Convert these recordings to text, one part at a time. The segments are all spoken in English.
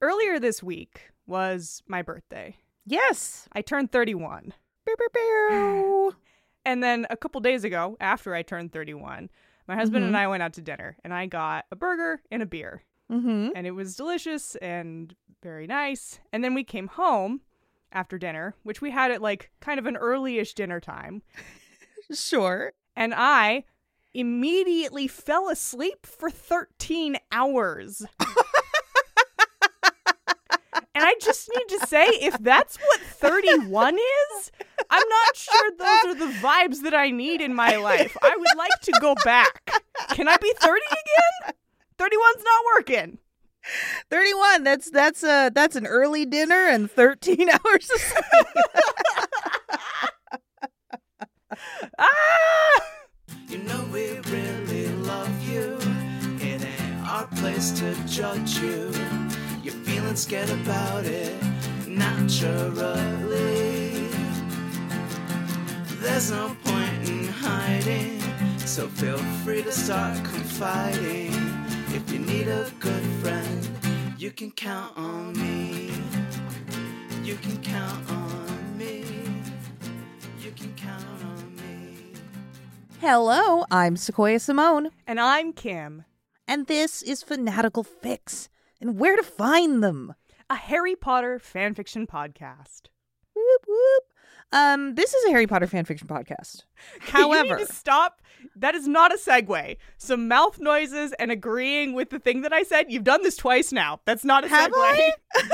Earlier this week was my birthday. Yes. I turned 31. Pew, pew, pew. And then a couple days ago, after I turned 31, my husband and I went out to dinner and I got a burger and a beer. mm-hmm. And it was delicious and very nice. And then we came home after dinner, which we had at like kind of an early ish dinner time. Sure. And I immediately fell asleep for 13 hours. and I just need to say, if that's what 31 is, I'm not sure those are the vibes that I need in my life. I would like to go back. Can I be 30 again? 31's not working. 31. That's that's uh that's an early dinner and 13 hours of sleep. Ah! You know we really love you. It ain't our place to judge you. You're feeling scared about it naturally. There's no point in hiding, so feel free to start confiding. If you need a good friend, you can count on me. You can count on me. You can count on me. Hello, I'm Sequoia Simone, And I'm Kim, and this is Fanatical Fix and where to find them. a Harry Potter fanfiction podcast. Whoop whoop. Um, this is a Harry Potter fanfiction podcast. you However, need to stop. That is not a segue. Some mouth noises and agreeing with the thing that I said. You've done this twice now. That's not a Have segue. I?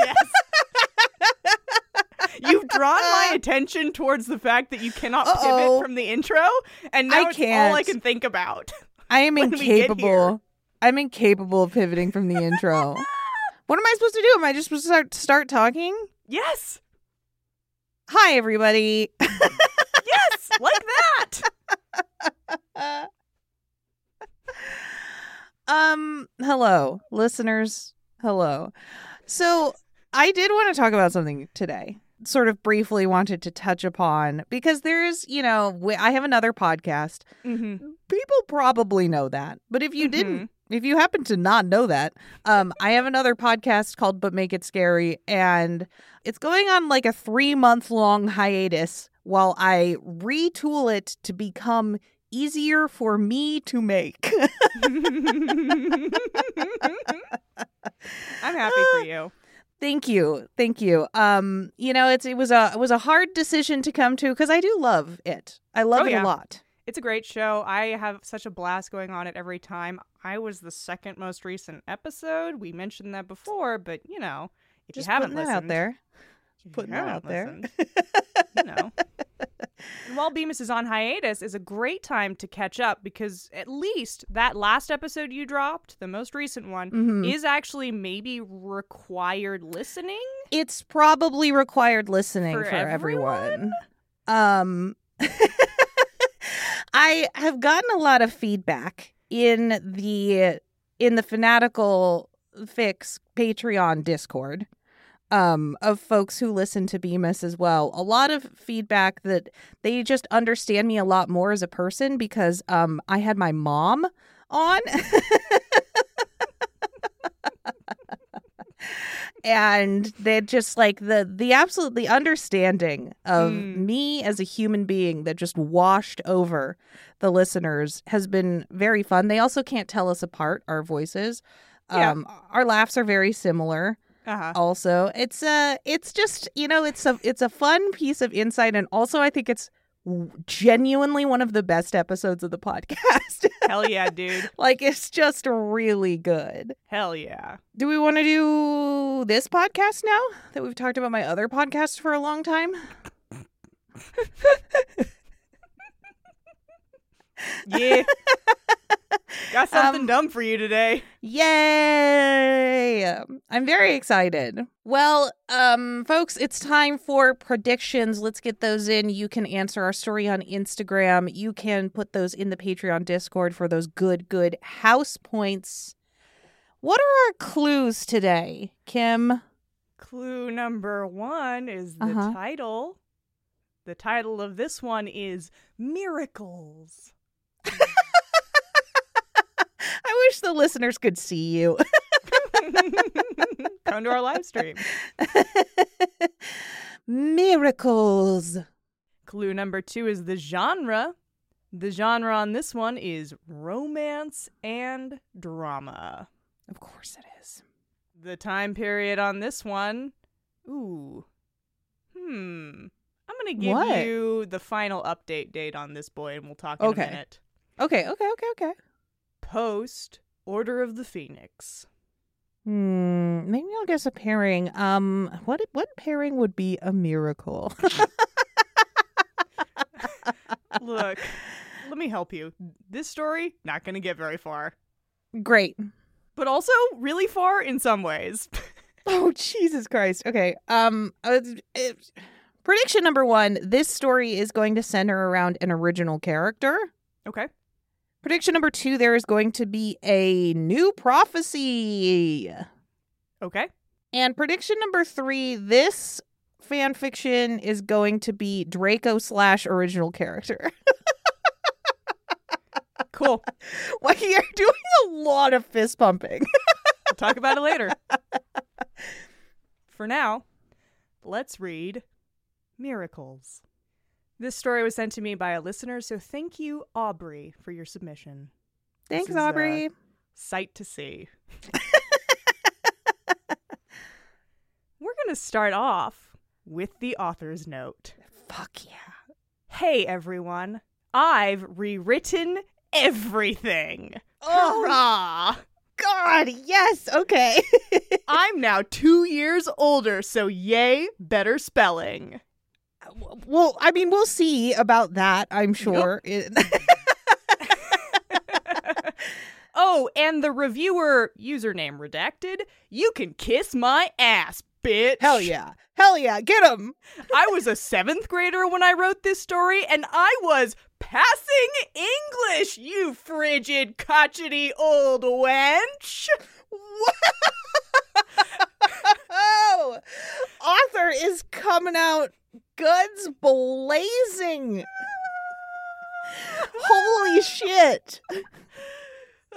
Yes. You've drawn my attention towards the fact that you cannot Uh, Uh-oh. pivot from the intro, and now I it's all I can't. can think about. I am when we get here. incapable. I'm incapable of pivoting from the intro. what am I supposed to do? Am I just supposed to start, start talking? Yes, Hi, everybody. yes, like that. um, hello, listeners. Hello. So, I did want to talk about something today. Sort of briefly wanted to touch upon because there's, you know, w- I have another podcast. hmm People probably know that, but if you didn't, if you happen to not know that, um, I have another podcast called "But Make It Scary," and it's going on like a three month long hiatus while I retool it to become easier for me to make. I'm happy for you. Thank you. Thank you. Um, you know, it's it was a it was a hard decision to come to because I do love it. I love Oh, it yeah. a lot. It's a great show. I have such a blast going on it every time. I was the second most recent episode. We mentioned that before, but you know, if Just you haven't putting that listened, out there. if you Putting that haven't out there. listened, you know. And while Bemis is on hiatus, is a great time to catch up because at least that last episode you dropped, the most recent one, Mhm. is actually maybe required listening. It's probably required listening For for, everyone? everyone. Um I have gotten a lot of feedback in the in the fanatical fix Patreon Discord um of folks who listen to Bemis as well. A lot of feedback that they just understand me a lot more as a person because um I had my mom on and they just like the the absolute the understanding of Mm. me as a human being that just washed over the listeners has been very fun. They also can't tell us apart our voices. Yeah. Um our laughs are very similar Uh-huh. also. It's a it's just, you know, it's a it's a fun piece of insight and also I think it's w- genuinely one of the best episodes of the podcast. Hell yeah, dude. like it's just really good. Hell yeah. Do we want to do this podcast now that we've talked about my other podcast for a long time? Yeah. Got something Um, dumb for you today. Yay! I'm very excited. Well, um, folks, it's time for predictions. Let's get those in. You can answer our story on Instagram. You can put those in the Patreon Discord for those good, good house points. What are our clues today, Kim? Clue number one is the Uh-huh. title. The title of this one is Miracles. I wish the listeners could see you. Come to our live stream. Miracles. Clue number two is the genre. The genre on this one is romance and drama. Of course it is. The time period on this one, ooh, hmm. I'm gonna give What? you the final update date on this boy, and we'll talk in Okay. a minute. Okay, okay, okay, okay. Post Order of the Phoenix. Hmm, maybe I'll guess a pairing. Um, what what pairing would be a miracle? Look, let me help you. This story not gonna get very far, Great. but also really far in some ways. Oh Jesus Christ. Okay. Um. uh, it- prediction number one: This story is going to center around an original character. okay. Prediction number two: There is going to be a new prophecy. Okay. And prediction number three: This fan fiction is going to be Draco slash original character. Cool. like you're doing a lot of fist pumping. We'll talk about it later. For now, let's read Miracles. This story was sent to me by a listener, so thank you, Aubrey, for your submission. Thanks, is, uh, Aubrey. Sight to see. We're going to start off with the author's note. Fuck yeah. Hey, everyone. I've rewritten everything. Oh, Hurrah! Oh, God, yes. Okay. I'm now two years older, so yay, better spelling. well, I mean, we'll see about that. I'm sure. It- oh, and the reviewer username redacted. You can kiss my ass, bitch. Hell yeah. Hell yeah. Get him. I was a seventh grader when I wrote this story, and I was passing English, you frigid, crotchety old wench. Oh, author is coming out guns blazing. Holy shit.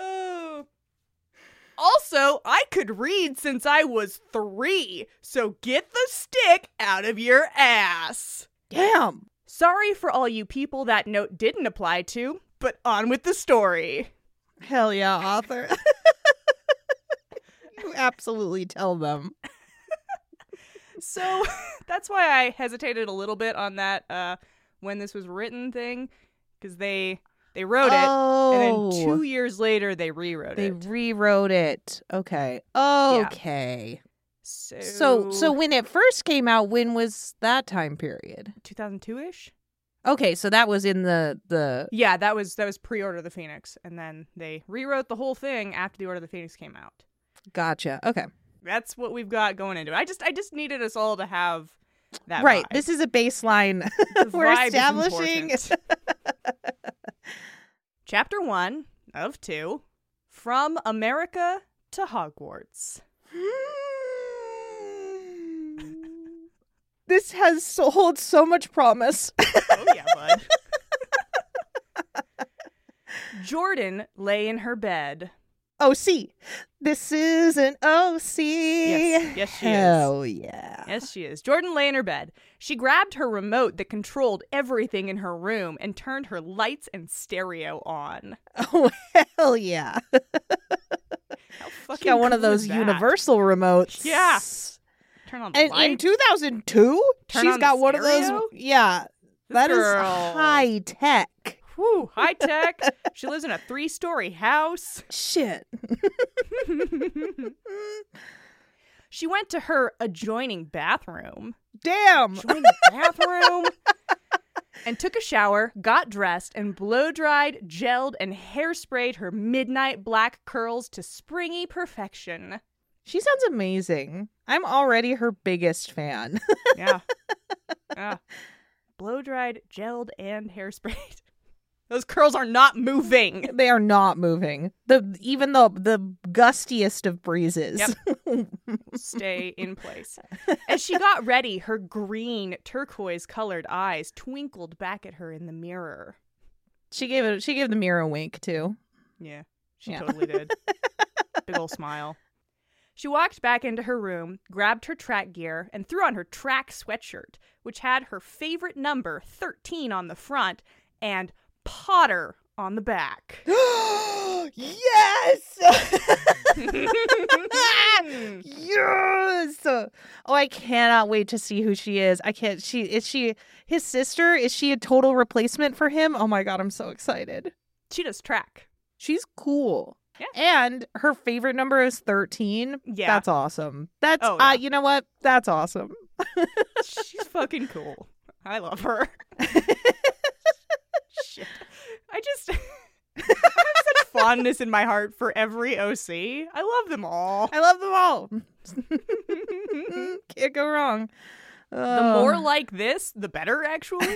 Oh. Also, I could read since I was three, so get the stick out of your ass. Damn. Sorry for all you people that note didn't apply to, but on with the story. Hell yeah, author. you absolutely tell them. So that's why I hesitated a little bit on that uh, when this was written thing, because they they wrote it, oh, and then two years later they rewrote they it. rewrote it. Okay. Okay. so So so when it first came out, when was that time period? 2002 ish. Okay, so that was in the the Yeah, that was that was pre-order of the Phoenix, and then they rewrote the whole thing after the Order of the Phoenix came out. gotcha. Okay. That's what we've got going into it. I just I just needed us all to have that right. vibe. This is a baseline The we're vibe is establishing. important. Chapter one of two From America to Hogwarts. this has so, holds so much promise. Oh, yeah, bud. Jordan lay in her bed. OC. This is an OC. Yes, yes, she is. Hell yeah. Yes, she is. Jordan lay in her bed. She grabbed her remote that controlled everything in her room and turned her lights and stereo on. Oh hell yeah. How She fucking got one of cool is those that? universal remotes. Yeah. Turn on the And in lights. 2002, Turn she's on the got one of those. stereo? Yeah, This that is girl. high tech. Whew, high tech. she lives in a three-story house. Shit. she went to her adjoining bathroom. Damn. Joined bathroom. and took a shower, got dressed, and blow dried, gelled, and hairsprayed her midnight black curls to springy perfection. She sounds amazing. I'm already her biggest fan. Yeah. yeah. Blow dried, gelled, and hairsprayed. Those curls are not moving. they are not moving. The even the the gustiest of breezes. Stay in place. As she got ready, her green, turquoise colored eyes twinkled back at her in the mirror. she gave it. She gave the mirror a wink too. Yeah, she Yeah. totally did. Big old smile. She walked back into her room, grabbed her track gear, and threw on her track sweatshirt, which had her favorite number, 13, on the front and Potter on the back. yes! yes! Oh, I cannot wait to see who she is. I can't. She is she his sister? Is she a total replacement for him? Oh my god, I'm so excited. she does track. She's cool. Yeah. And her favorite number is 13. Yeah. That's awesome. That's Oh, yeah. uh, you know what? That's awesome. She's fucking cool. I love her. Shit. I just I have such fondness in my heart for every OC. I love them all. I love them all. Can't go wrong. The Oh. more like this, the better, actually.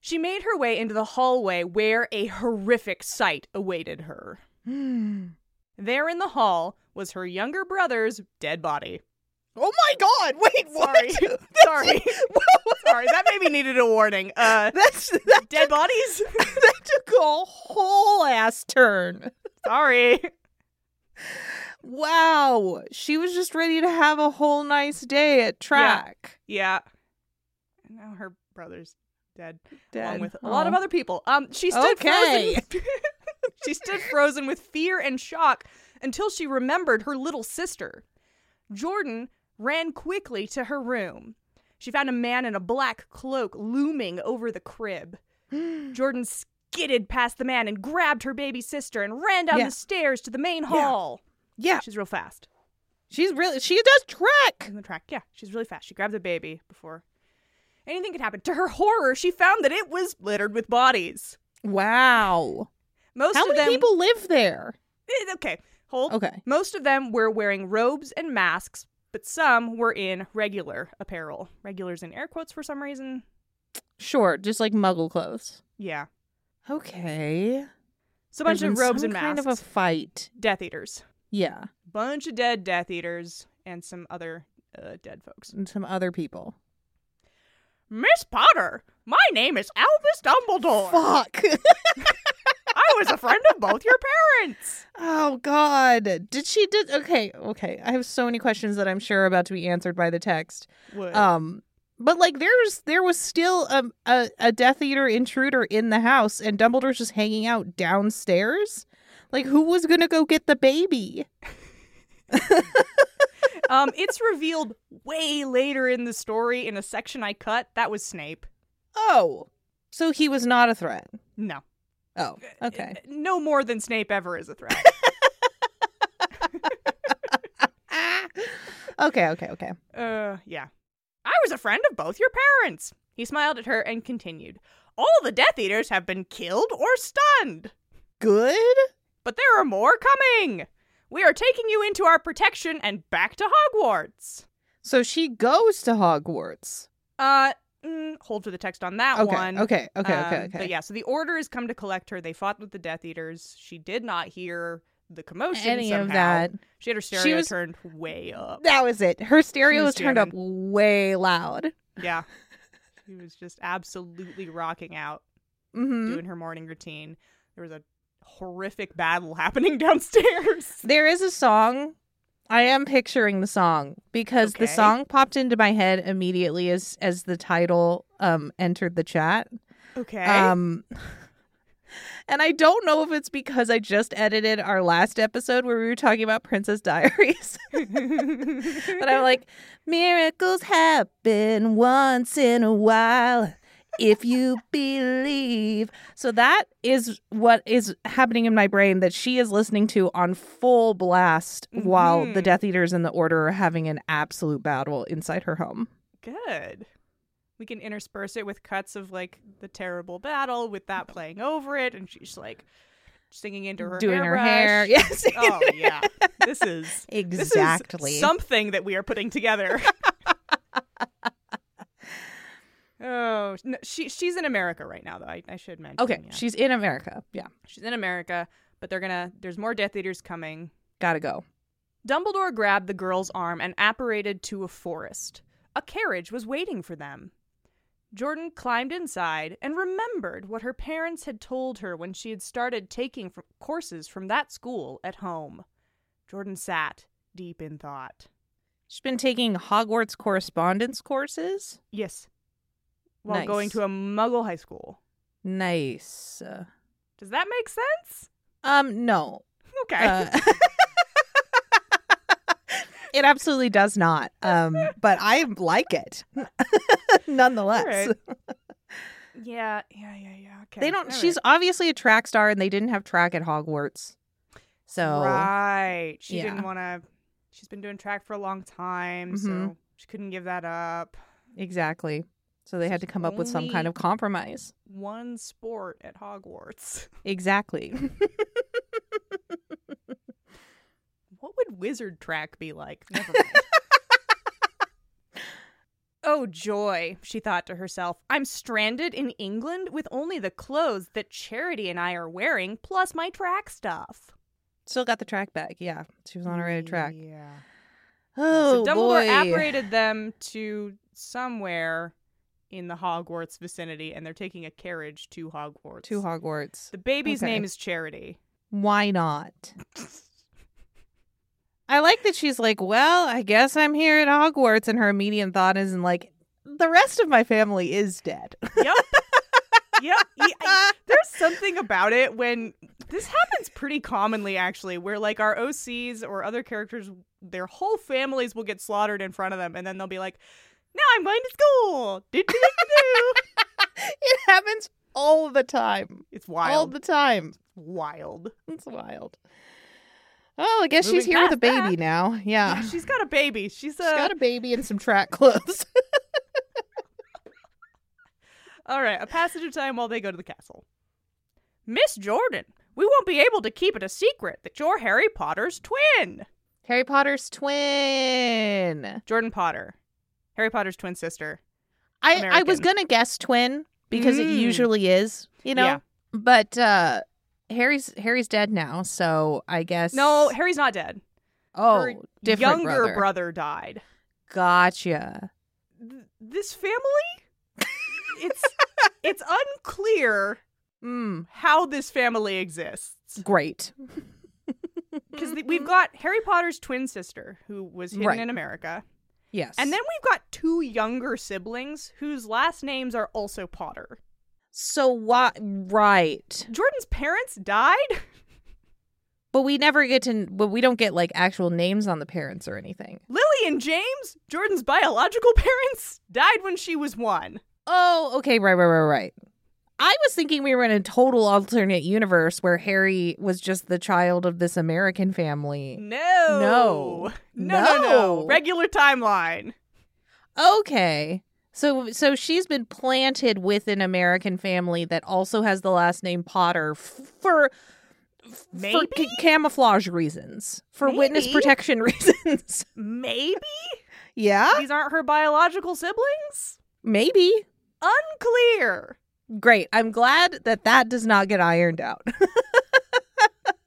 she made her way into the hallway where a horrific sight awaited her. There in the hall was her younger brother's dead body. Oh my god! Wait, Sorry. what? Sorry. Sorry, that maybe needed a warning. Uh, That's that, dead bodies? that took a whole ass turn. Sorry. Wow, she was just ready to have a whole nice day at track. Yeah. And now her brother's dead, along Dead. with a lot of Oh. other people. Um, she stood Okay. frozen. she stood frozen with fear and shock until she remembered her little sister. Jordan ran quickly to her room. She found a man in a black cloak looming over the crib. Jordan skidded past the man and grabbed her baby sister and ran down Yeah. the stairs to the main Yeah. hall. Yeah, She's real fast. she's really she does track. in the track. Yeah, she's really fast. She grabbed the baby before anything could happen. To her horror, she found that it was littered with bodies. Wow, Most how of many them. people live there? Eh, Okay, hold. Okay, Most of them were wearing robes and masks, but some were in regular apparel. Regulars in air quotes for some reason. sure, just like Muggle clothes. Yeah, Okay, so a bunch There's of been robes some and kind masks. of a fight. Death Eaters, Yeah, bunch of dead Death Eaters, and some other uh, dead folks. and some other people. Miss Potter, my name is Albus Dumbledore. Fuck. I was a friend of both your parents. Oh God! Did she did? Okay, okay. I have so many questions that I'm sure are about to be answered by the text. Would. Um, but like there's there was still a a, a Death Eater intruder in the house, and Dumbledore's just hanging out downstairs. Like who was gonna go get the baby? um, it's revealed way later in the story in a section I cut. That was Snape. Oh, so he was not a threat. No. Oh, okay. No more than Snape ever is a threat. Ah. Okay, okay, okay. uh, yeah. I was a friend of both your parents. He smiled at her and continued. All the Death Eaters have been killed or stunned, Good. but there are more coming. We are taking you into our protection and back to Hogwarts. So she goes to Hogwarts. Uh, mm, hold for the text on that Okay, one. okay, okay, Um, okay, okay. But yeah, so the order has come to collect her. They fought with the Death Eaters. She did not hear the commotion. Any somehow. of that. She had her stereo She was- turned way up. That was it. Her stereo She was was turned up way loud. Yeah. she was just absolutely rocking out, hmm doing her morning routine. There was a horrific battle happening downstairs. There is a song. I am picturing the song because the Okay. song popped into my head immediately as as the title um entered the chat. Okay. Um and I don't know if it's because I just edited our last episode where we were talking about Princess Diaries. but I'm like, miracles happen once in a while if you believe. So that is what is happening in my brain that she is listening to on full blast while the Mhm. Death Eaters and the Order are having an absolute battle inside her home. Good. We can intersperse it with cuts of like the terrible battle with that playing over it, and she's like singing into her Doing her hairbrush. hair. Yes. Oh yeah, this is exactly. This is something that we are putting together. oh, no, she she's in America right now, though. I, I should mention. okay. yeah. She's in America. Yeah. she's in America, but they're gonna. There's more Death Eaters coming. Gotta go. Dumbledore grabbed the girl's arm and apparated to a forest. A carriage was waiting for them. Jordan climbed inside and remembered what her parents had told her when she had started taking f- courses from that school at home. Jordan sat deep in thought. She's been taking Hogwarts correspondence courses. Yes. While Nice. going to a muggle high school. Nice. Uh, Does that make sense? Um, no. Okay. Uh, it absolutely does not. Um, but I like it nonetheless. All yeah, yeah, yeah, yeah. Okay. They don't. All she's obviously a track star, and they didn't have track at Hogwarts. So Right. She Yeah. didn't want to. She's been doing track for a long time, so Mhm. she couldn't give that up. exactly. So they had to come up with some kind only- of compromise. One sport at Hogwarts. Exactly. What would wizard track be like? Never mind. oh, joy, she thought to herself. I'm stranded in England with only the clothes that Charity and I are wearing, plus my track stuff. Still got the track back. Yeah, she was on her way to track. Yeah. Oh so Dumbledore boy. apparated them to somewhere in the Hogwarts vicinity, and they're taking a carriage to Hogwarts. to Hogwarts. the baby's Okay. name is Charity. Why not? I like that she's like, well, I guess I'm here at Hogwarts, and her immediate thought is, and like, the rest of my family is dead. yep. Yep. Ye- I- There's something about it when this happens pretty commonly, actually, where like our OCs or other characters, their whole families will get slaughtered in front of them, and then they'll be like, now I'm going to school. Do-do-do-do-do." it happens all the time. it's All wild. the time. wild. It's wild. Oh, I guess she's Moving here with a past baby now. Yeah. Yeah, she's got a baby. She's a. She's got a baby and some track clothes. All right, a passage of time while they go to the castle. Miss Jordan, we won't be able to keep it a secret that you're Harry Potter's twin. Harry Potter's twin. Jordan Potter, Harry Potter's twin sister. I, I was American. gonna guess twin because it Mm. usually is, you know. Yeah. But uh Harry's Harry's dead now, so I guess No, Harry's not dead. oh her different Younger brother. brother, died. Gotcha. Th- this family, it's it's unclear Mm, how this family exists great. because we've got Harry Potter's twin sister who was hidden Mm-hmm. Right. in America, yes, and then we've got two younger siblings whose last names are also Potter. so why? Right, Jordan's parents died? but we never get to. But we don't get like actual names on the parents or anything. Lily and James, Jordan's biological parents, died when she was one. Oh, okay, right, right, right, right. I was thinking we were in a total alternate universe where Harry was just the child of this American family. No. No. No, no, No. Regular timeline. Okay. So so she's been planted with an American family that also has the last name Potter f- for for Maybe? ca- camouflage reasons, for witness Maybe. protection reasons. Maybe yeah? these aren't her biological siblings? Maybe. Unclear. Great. I'm glad that that does not get ironed out.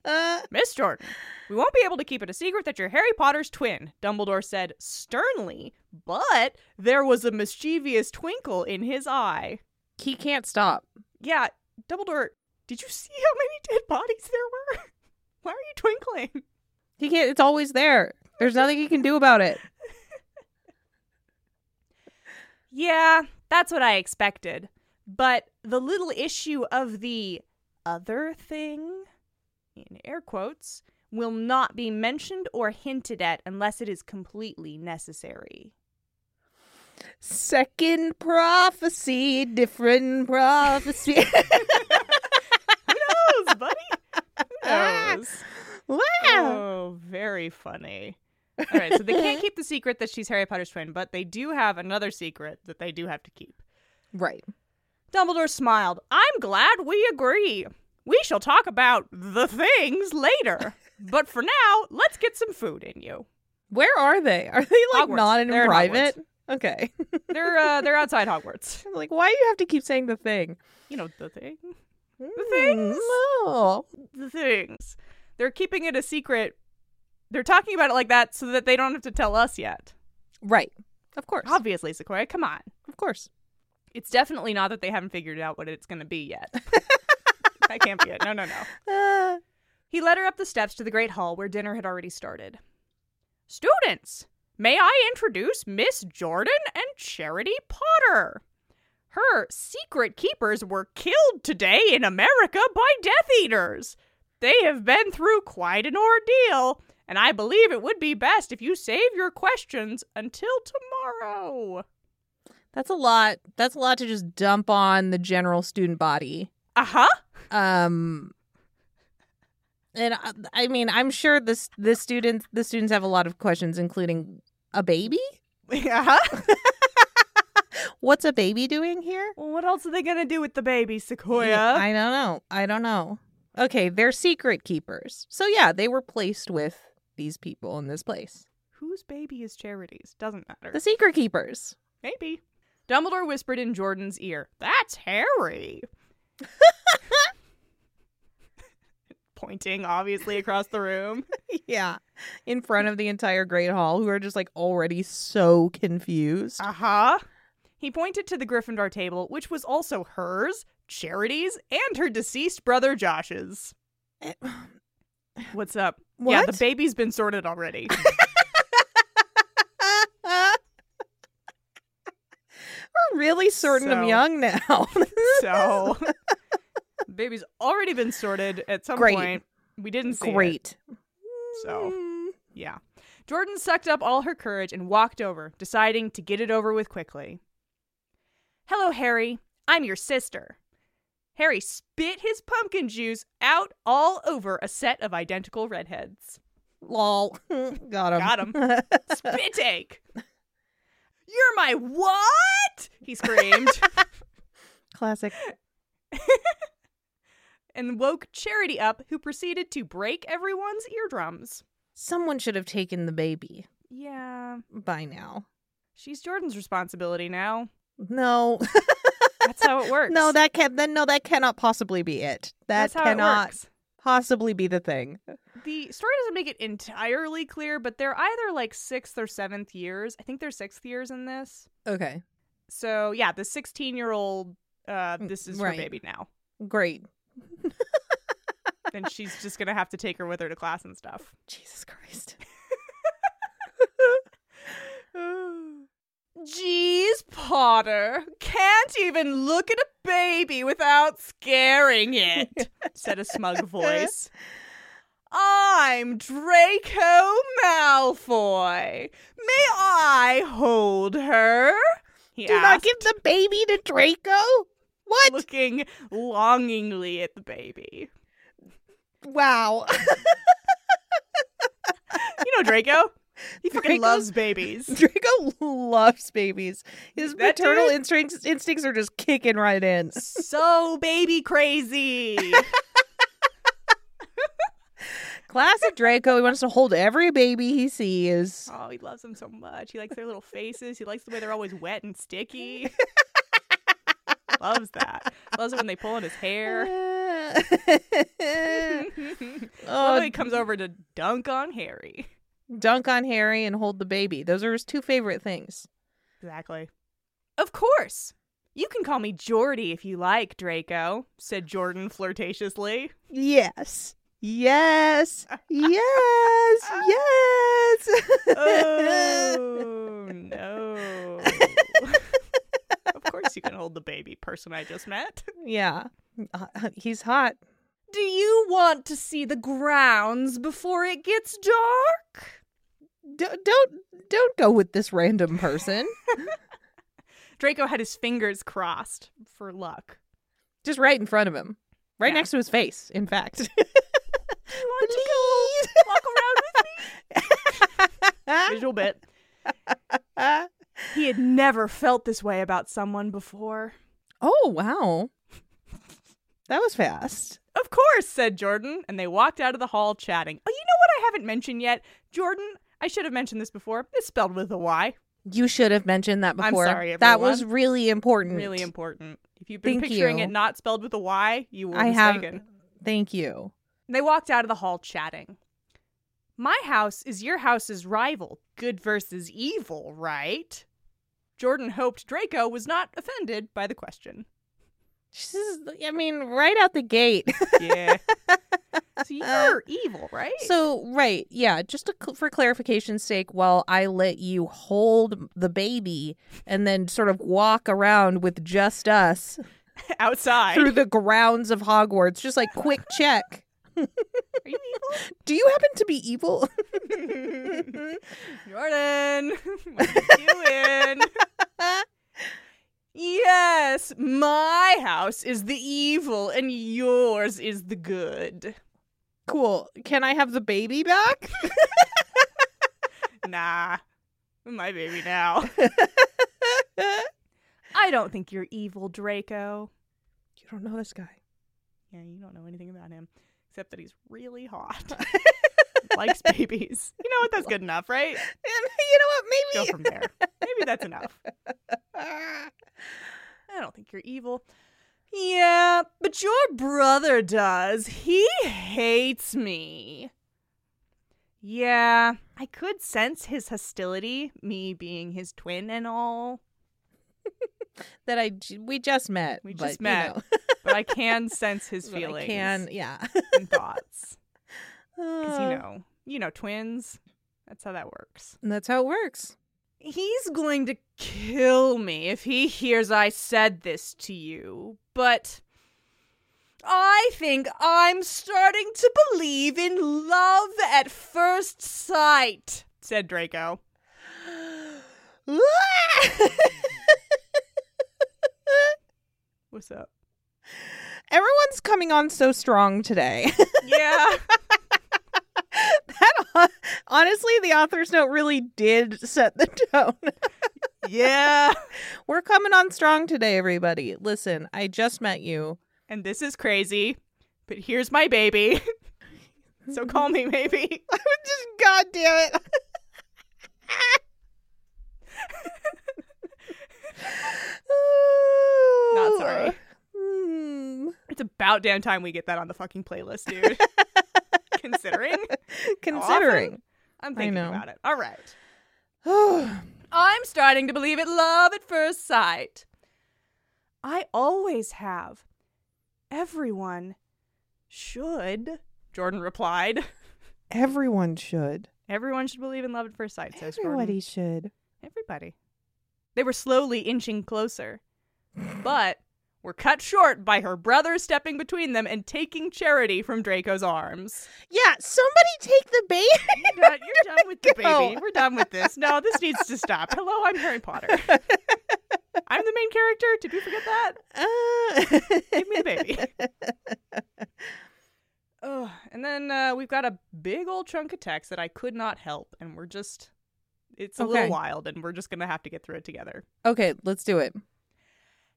Miss Jordan, we won't be able to keep it a secret that you're Harry Potter's twin, Dumbledore said sternly, but there was a mischievous twinkle in his eye. he can't stop. Yeah, Dumbledore, did you see how many dead bodies there were? Why are you twinkling? He can't. It's always there. There's nothing he can do about it. Yeah, that's what I expected. But the little issue of the other thing, in air quotes, will not be mentioned or hinted at unless it is completely necessary. Second prophecy, different prophecy. Who knows, buddy? Who Ah. knows? wow. Oh, very funny. All right, so they can't keep the secret that she's Harry Potter's twin, but they do have another secret that they do have to keep. Right. Dumbledore smiled. I'm glad we agree. We shall talk about the things later. but for now, let's get some food in you. Where are they? Are they like Hogwarts. not in They're in private? Okay. They're uh, they're outside Hogwarts. like, why do you have to keep saying the thing? You know the thing. Hmm. The things. Oh. The things. They're keeping it a secret. They're talking about it like that so that they don't have to tell us yet. Right. Of course. Obviously, Sequoia. Come on. Of course. It's definitely not that they haven't figured out what it's going to be yet. that can't be it. No, no, no. Uh, He led her up the steps to the great hall where dinner had already started. Students, may I introduce Miss Jordan and Charity Potter? Her secret keepers were killed today in America by Death Eaters. They have been through quite an ordeal, and I believe it would be best if you save your questions until tomorrow. that's a lot. That's a lot to just dump on the general student body. Uh huh. Um, and I, I mean, I'm sure this the students the students have a lot of questions, including a baby. Uh huh. What's a baby doing here? Well, what else are they going to do with the baby, Sequoia? I don't know. I don't know. Okay, they're secret keepers. So yeah, they were placed with these people in this place. Whose baby is Charity's? Doesn't matter. The secret keepers. Maybe. Dumbledore whispered in Jordan's ear, That's Harry. Pointing, obviously, across the room. Yeah. In front of the entire Great Hall, who are just like already so confused. Uh Uh-huh. huh. He pointed to the Gryffindor table, which was also hers, Charity's, and her deceased brother Josh's. Eh, What's up? Yeah, the What? baby's been sorted already. We're really sorting them So- young now. so, baby's already been sorted at some Great. point. We didn't see it. Great. Mm. So- Yeah. Jordan sucked up all her courage and walked over, deciding to get it over with quickly. Hello, Harry. I'm your sister. Harry spit his pumpkin juice out all over a set of identical redheads. lol. Got him. Got 'em. Spit take! You're my what? He screamed Classic. and woke Charity up, who proceeded to break everyone's eardrums. Someone should have taken the baby Yeah, by now. she's Jordan's responsibility now. No, That's how it works. no, that can then no, that cannot possibly be it. That That's how it cannot works. possibly be the thing. the story doesn't make it entirely clear, but they're either like sixth or seventh years. I think they're sixth years in this. Okay, So yeah, the sixteen-year-old. Uh, this is right. her baby now, great. and she's just gonna have to take her with her to class and stuff. Jesus Christ. Jeez, Potter can't even look at a baby without scaring it," said a smug voice. "I'm Draco Malfoy. May I hold her?" He Do not asked. give the baby to Draco. What? looking longingly at the baby. Wow. You know Draco? He fucking Draco's- loves babies. Draco loves babies. His That maternal dude- instincts instincts are just kicking right in. so baby crazy. Classic Draco. He wants to hold every baby he sees. oh, he loves them so much. He likes their little faces. He likes the way they're always wet and sticky. loves that. Loves it when they pull in his hair. oh, Love when he comes over to dunk on Harry. dunk on Harry and hold the baby. Those are his two favorite things. Exactly. Of course. You can call me Jordy if you like, Draco, said Jordan flirtatiously. Yes. Yes. Yes. Yes. oh no. of course you can hold the baby person I just met. yeah. Uh, he's hot. Do you want to see the grounds before it gets dark? D- don't don't go with this random person. Draco had his fingers crossed for luck. Just right in front of him. Right Yeah. next to his face, in fact. Walk around with Please. visual bit. He had never felt this way about someone before. oh, wow. That was fast. Of course, said Jordan, and they walked out of the hall chatting. Oh, you know what I haven't mentioned yet? Jordan, I should have mentioned this before. It's spelled with a Y. You should have mentioned that I'm before. sorry, that everyone. was really important. Really important. If you've been Thank picturing you. it not spelled with a Y, you were I have- mistaken. Thank you. They walked out of the hall chatting. My house is your house's rival, good versus evil, right? Jordan hoped Draco was not offended by the question. This is, I mean, right out the gate. Yeah. so you're evil, right? Um, so, right, yeah, just to, cl- for clarification's sake, while I let you hold the baby and then sort of walk around with just us Outside. through the grounds of Hogwarts, just like quick check. Are you evil? Do you happen to be evil? Jordan, what are you doing? yes, my house is the evil and yours is the good. cool. Can I have the baby back? Nah, my baby now. I don't think you're evil, Draco. You don't know this guy. Yeah, you don't know anything about him except that he's really hot. Likes babies. You know what? That's good enough, right? you know Go what? Maybe. Ah, from there. Maybe that's enough. I don't think you're evil. Yeah, but your brother does. He hates me. Yeah, I could sense his hostility, me being his twin and all, that I j- we just met. We but, just you met. know, but I can sense his but I feelings can yeah. and thoughts. Because, you Uh, know, you know, twins, that's how that works. and that's how it works. He's going to kill me if he hears I said this to you, but I think I'm starting to believe in love at first sight, said Draco. What's up? Everyone's coming on so strong today. Yeah. that honestly, the author's note really did set the tone. yeah. We're coming on strong today, everybody. Listen, I just met you. And this is crazy, but here's my baby. so call me, maybe. Just god damn it. Not sorry. Hmm. It's about damn time we get that on the fucking playlist, dude. Considering. Considering. I'm thinking know. about it. All right. I'm starting to believe in love at first sight. I always have. Everyone should. Jordan replied. Everyone should. Everyone should believe in love at first sight. says Jordan. Everybody should. Everybody. They were slowly inching closer, but were cut short by her brother stepping between them and taking Charity from Draco's arms. Yeah, somebody take the baby. You're done, you're done with the Go. baby. We're done with this. No, this needs to stop. Hello, I'm Harry Potter. I'm the main character. Did we forget that? Uh, Give me the baby. Ugh. And then uh, we've got a big old chunk of text that I could not help, and we're just. It's a Okay. little wild, and we're just going to have to get through it together. okay, let's do it.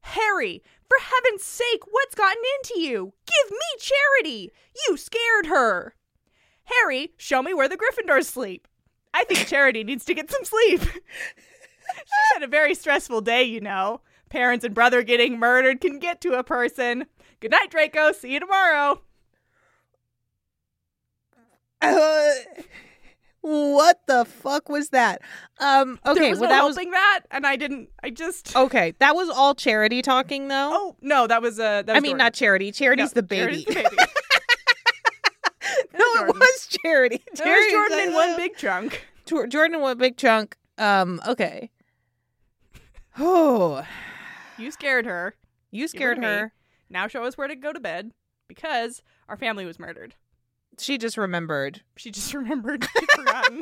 Harry, for heaven's sake, what's gotten into you? Give me charity! You scared her! Harry, show me where the Gryffindors sleep. I think Charity needs to get some sleep. She's had a very stressful day, you know. Parents and brother getting murdered can get to a person. Good night, Draco. See you tomorrow. Uh, what the fuck was that? Um okay, there was well no that was helping that, and I didn't. I just. Oh, Okay, that was all charity talking though. no, that was uh, Oh, that was I mean Jordan. not charity. Charity's No, the baby. Charity's the baby. no, it Jordan. was charity. That was Charity's Jordan like, in one uh, big chunk. Jor- Jordan one big chunk. Um okay. Oh, You scared her. you scared me. her. Now show us where to go to bed because our family was murdered. She just remembered. She just remembered she'd forgotten.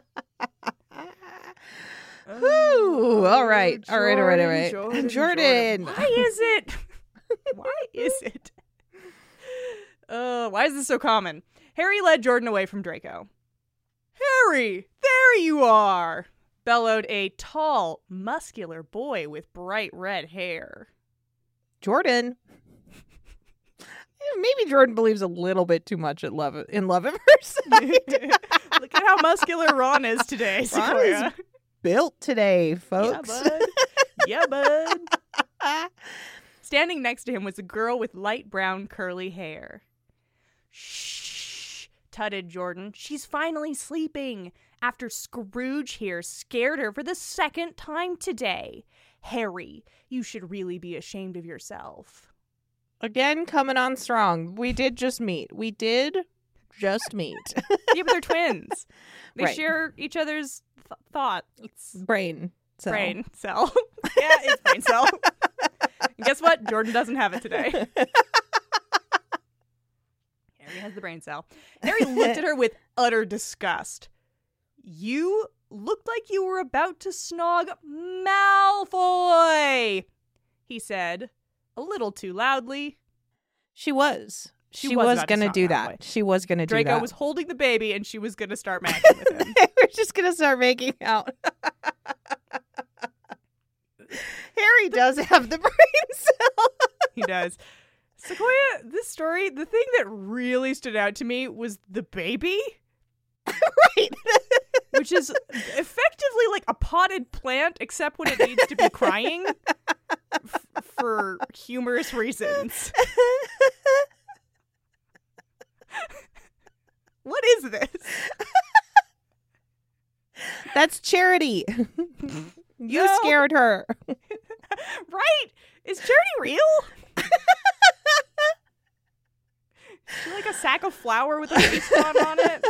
Whew. All right. All right. All right. All right. Jordan, Jordan. Why is it? Why is it? Uh, why is this so common? Harry led Jordan away from Draco. Harry, there you are! bellowed a tall, muscular boy with bright red hair. Jordan. Yeah, Maybe Jordan believes a little bit too much at love in love at first sight. Look at how muscular Ron is today, Ron is Sequoia. Built today, folks. Yeah, bud. yeah, bud. Standing next to him was a girl with light brown curly hair. Shh. tutted Jordan. She's finally sleeping after Scrooge here scared her for the second time today. Harry, you should really be ashamed of yourself. Again, coming on strong. We did just meet. We did just meet. Yeah, but they're twins. They Right. share each other's th- thoughts. Brain. So. Brain cell. yeah, it's brain cell. And guess what? Jordan doesn't have it today. Harry has the brain cell. Harry looked at her with utter disgust. You looked like you were about to snog Malfoy, he said, a little too loudly. She was. She She, was was, about to gonna sound do that that. way. She was gonna do Draco that. was holding the baby and she was going to start macking with him. We're just gonna start making out. Harry does have the brain cell. he does. Sequoia, this story, the thing that really stood out to me was the baby. Right. which is effectively like a potted plant, except when it needs to be crying f- for humorous reasons. What is this? That's charity. you No. scared her. Right? Is charity real? Is she like a sack of flour with a face on on it?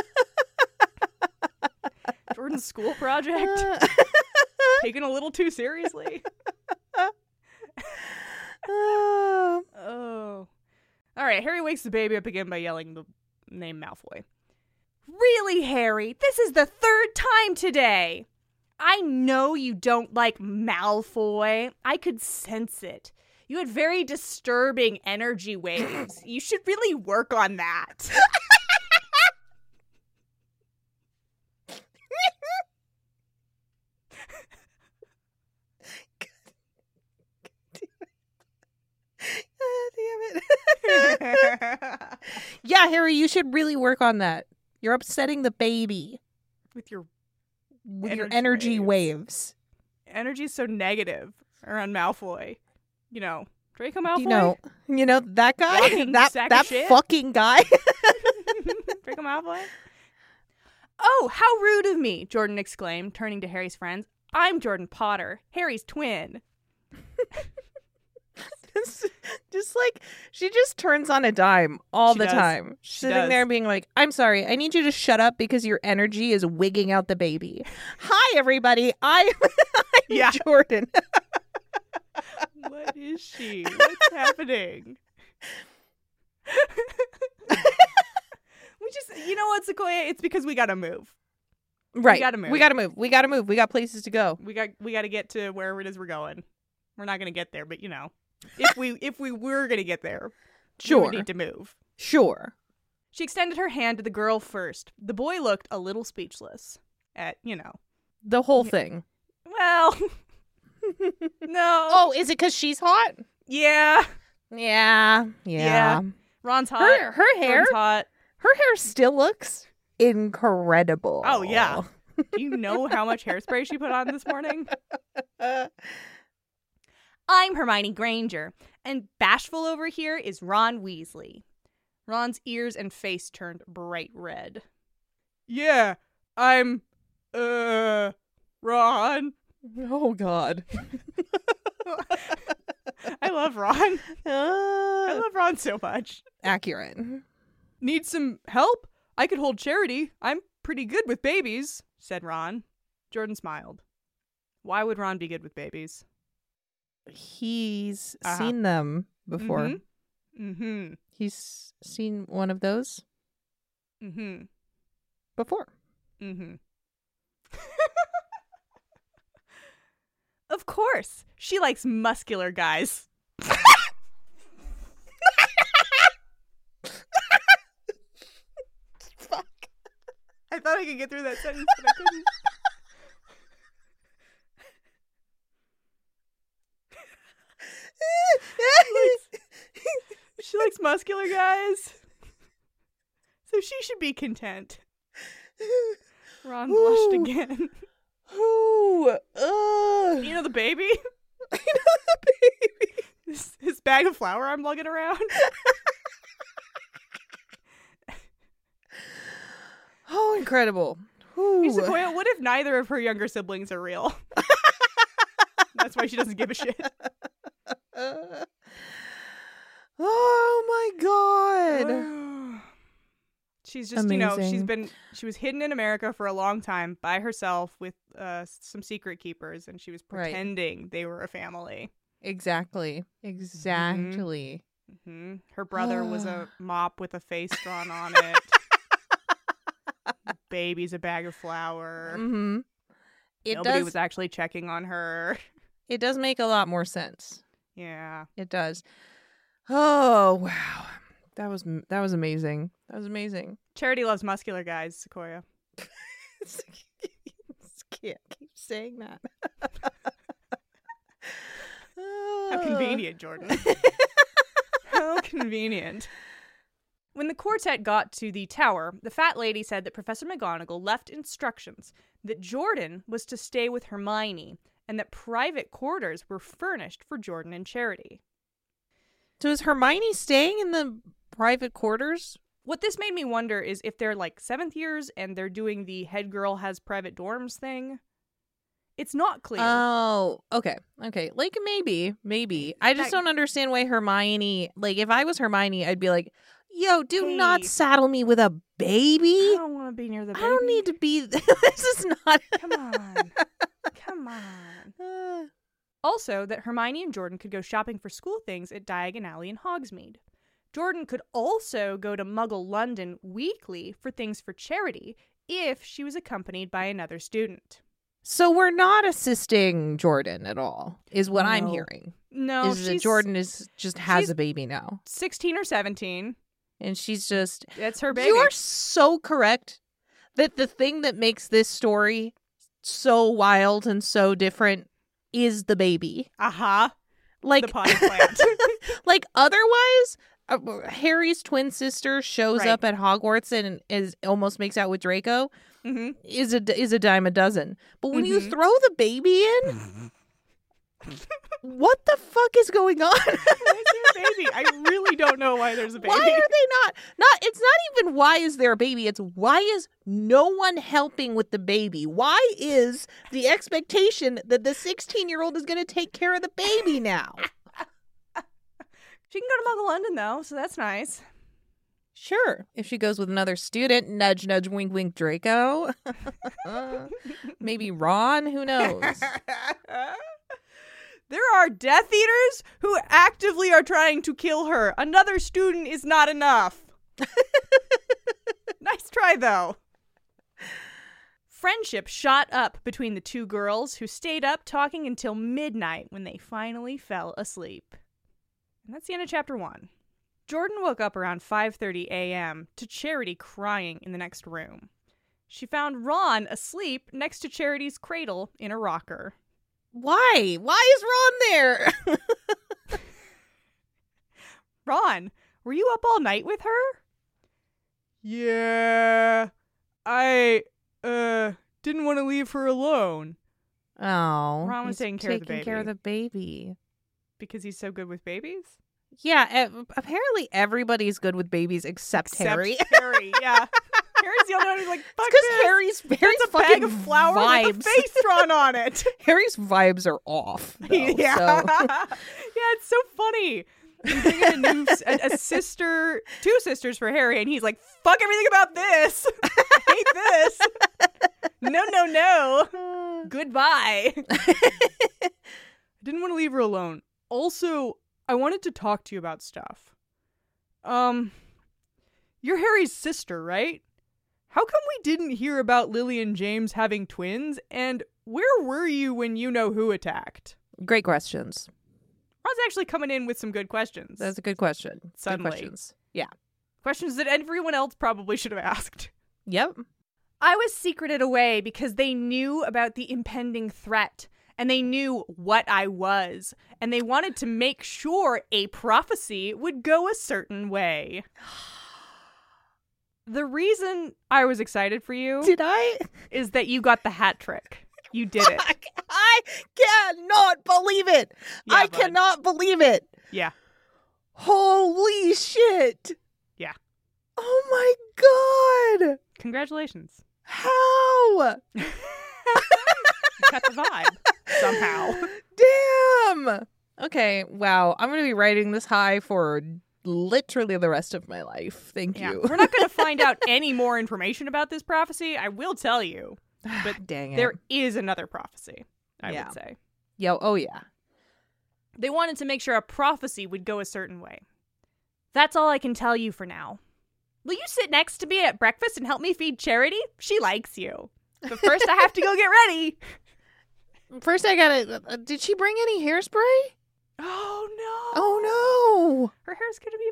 Jordan's school project Uh, taken a little too seriously. uh, Oh. All right, Harry wakes the baby up again by yelling the name Malfoy. Really, Harry? This is the third time today. I know you don't like Malfoy. I could sense it. You had very disturbing energy waves. You should really work on that. damn it. yeah, Harry, you should really work on that. You're upsetting the baby With your with your Energy energy waves. energy so negative around Malfoy, you know, Draco Malfoy? You know, you know that guy, Walking that sack of that shit. fucking guy. Drink 'em out, boy. Oh, how rude of me, Jordan exclaimed, turning to Harry's friends. I'm Jordan Potter, Harry's twin. It's just like she just turns on a dime all She the does. time. Sitting does. there being like, I'm sorry, I need you to shut up because your energy is wigging out the baby. Hi everybody. I am Yeah. Jordan. What is she? What's happening? we just, you know what, Sequoia? It's because we gotta move. Right. gotta move. We gotta move. We gotta move. We got places to go. We got, we gotta get to wherever it is we're going. We're not gonna get there, but you know, if we, if we were gonna get there, we Sure. would need to move. Sure. She extended her hand to the girl first. The boy looked a little speechless at, you know, The whole thing. Well, no. Oh, is it cause she's hot? yeah. Yeah. Yeah. Yeah. Ron's hot. Her her hair Jordan's hot. her hair still looks incredible. Oh, yeah. Do you know how much hairspray she put on this morning? I'm Hermione Granger, and bashful over here is Ron Weasley. Ron's ears and face turned bright red. Yeah, I'm, uh, Ron. oh god. I love Ron. I Ah. love Ron so much. accurate. Need some help? I could hold charity. I'm pretty good with babies, said Ron. Jordan smiled. Why would Ron be good with babies? He's Uh-huh. seen them before. Mm hmm. He's seen one of those Mm hmm. before. Mm hmm. of course. She likes muscular guys. Fuck. I thought I could get through that sentence, but I couldn't. She likes muscular guys. So she should be content. Ron blushed Ooh. again. Who? Ugh. You know the baby? baby. This, this bag of flour I'm lugging around? Oh, incredible. Whew. You Sequoia, what if neither of her younger siblings are real? That's why she doesn't give a shit. Uh, oh my god. she's just, you know, she's Amazing. been she was hidden in America for a long time by herself with uh, some secret keepers, and she was Right. pretending they were a family. Exactly. Mm-hmm. Exactly. hmm Her brother was a mop with a face drawn on it. Baby's a bag of flour. Mm-hmm. It Nobody does was actually checking on her. it does make a lot more sense. Yeah. It does. Oh, wow. That was m- that was amazing. That was amazing. Charity loves muscular guys, Sequoia. can't keep saying that. How convenient, Jordan. How convenient. When the quartet got to the tower, the fat lady said that Professor McGonagall left instructions that Jordan was to stay with Hermione and that private quarters were furnished for Jordan and Charity. So is Hermione staying in the private quarters? What this made me wonder is if they're like seventh years and they're doing the head girl has private dorms thing. It's not clear. Oh, okay. Okay. Like maybe, maybe. I just That- don't understand why Hermione, like if I was Hermione, I'd be like, "Yo, do not Hey. saddle me with a baby. I don't want to be near the I baby. don't need to be this is not Come on. Come on. Uh, Also, that Hermione and Jordan could go shopping for school things at Diagon Alley and Hogsmeade. Jordan could also go to Muggle London weekly for things for charity if she was accompanied by another student. So we're not assisting Jordan at all, is what I'm No. hearing. No, is that she's Jordan is just has she's- a baby now, 16 or 17. and she's just It's her baby. you are so correct that the thing that makes this story so wild and so different is the baby. Aha. Like The potty plant. like otherwise. uh, Harry's twin sister shows Right. up at Hogwarts and is almost makes out with Draco hmm is a is a dime a dozen. But when you Mhm. throw the baby in, what the fuck is going on? Why is there a baby? I really don't know why there's a baby. Why are they not? Not it's not even why is there a baby? It's why is no one helping with the baby? Why is the expectation that the 16 year old is going to take care of the baby now? She can go to Muggle London, though, so that's nice. Sure, if she goes with another student, nudge nudge, wink wink, Draco, maybe Ron, who knows? there are Death Eaters who actively are trying to kill her. Another student is not enough. nice try, though. Friendship shot up between the two girls who stayed up talking until midnight when they finally fell asleep. And that's the end of chapter 1. Jordan woke up around 5:30 a.m. to Charity crying in the next room. She found Ron asleep next to Charity's cradle in a rocker. Why? Why is Ron there? Ron, were you up all night with her? Yeah. I uh didn't want to leave her alone Oh, Ron was taking he's care of the taking care of baby. the baby. because he's so good with babies. Yeah, a- apparently everybody's good with babies except, Harry. Except Harry, yeah. Harry's the only one who's like, fuck Because this. Harry's Harry's That's a fucking bag of flour vibes. with a face drawn on it. Harry's vibes are off. though, yeah. so- yeah, it's so funny. You bring in a, new, a, a sister, two sisters for Harry, and he's like, fuck everything about this. I hate this. No, no, no. Goodbye. I didn't want to leave her alone. Also, I wanted to talk to you about stuff. Um, you're Harry's sister, right? How come we didn't hear about Lily and James having twins? And where were you when you know who attacked? Great questions. Ron's actually coming in with some good questions. That's a good question. Good Suddenly. questions. Yeah. questions that everyone else probably should have asked. Yep. I was secreted away because they knew about the impending threat and they knew what I was and they wanted to make sure a prophecy would go a certain way. The reason I was excited for you Did I? is that you got the hat trick. You did it. Fuck, I cannot believe it. Yeah, I bud. cannot believe it. Yeah. Holy shit. Yeah. Oh my god! Congratulations. How? Cut the vibe somehow. Damn. Okay, wow. I'm going to be riding this high for literally the rest of my life. Thank Yeah. you. We're not going to find out any more information about this prophecy. I will tell you. But dang it. There is another prophecy, I Yeah. would say. Yo, oh yeah. They wanted to make sure a prophecy would go a certain way. That's all I can tell you for now. Will you sit next to me at breakfast and help me feed Charity? She likes you. But first, I have to go get ready. First I got to uh, Did she bring any hairspray? Oh, no. Oh no. Her hair's going to be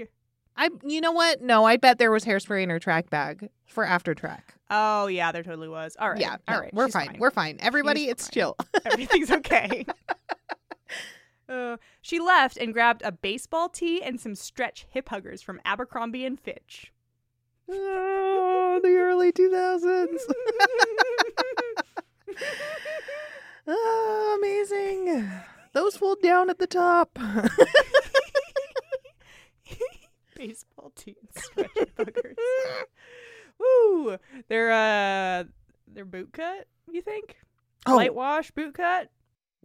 messy. I you know what? No, I bet there was hairspray in her track bag for after track. Oh, yeah, there totally was. All right. Yeah. all no, right. We're She's fine. We're fine. Everybody, She's it's fine. chill. Ah, Everything's okay. Uh, she left and grabbed a baseball tee and some stretch hip huggers from Abercrombie and Fitch. oh, the early 2000s. oh, amazing. Those fold down at the top. baseball tee and stretch hip huggers. Woo! They're uh, they're boot cut. You think? Light wash, boot cut,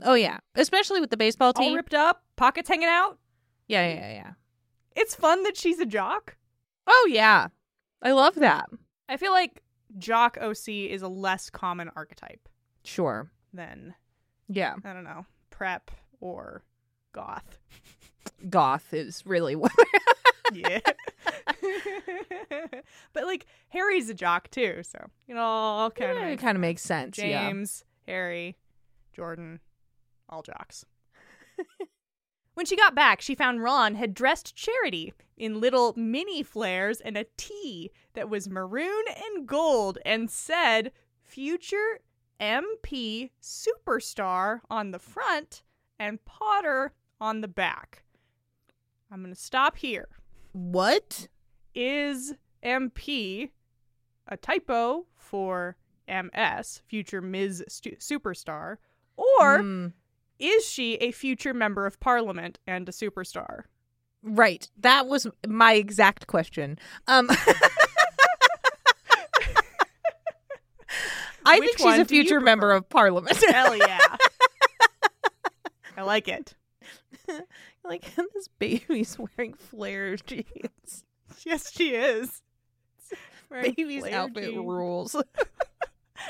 oh yeah. Especially with the baseball all ripped up, pockets hanging out. yeah, yeah, yeah. It's fun that she's a jock. Oh yeah. I love that. I feel like jock OC is a less common archetype Sure. than Yeah. I don't know, prep or goth. Goth is really what Yeah. but like Harry's a jock too, so you know, all kind of kind of makes sense. Yeah. James, Harry, Jordan, all jocks. when she got back, she found Ron had dressed Charity in little mini flares and a tee that was maroon and gold and said future MP superstar on the front and Potter on the back. I'm going to stop here. What? Is MP a typo for MS, future Ms. Stu- superstar, or Mm. is she a future member of parliament and a superstar? Right. That was my exact question. Um I Which think she's one a do you future member prefer? of parliament. Hell yeah. I like it. like this baby's wearing flare jeans. Yes, she is. Wearing Baby's flare outfit jeans. rules.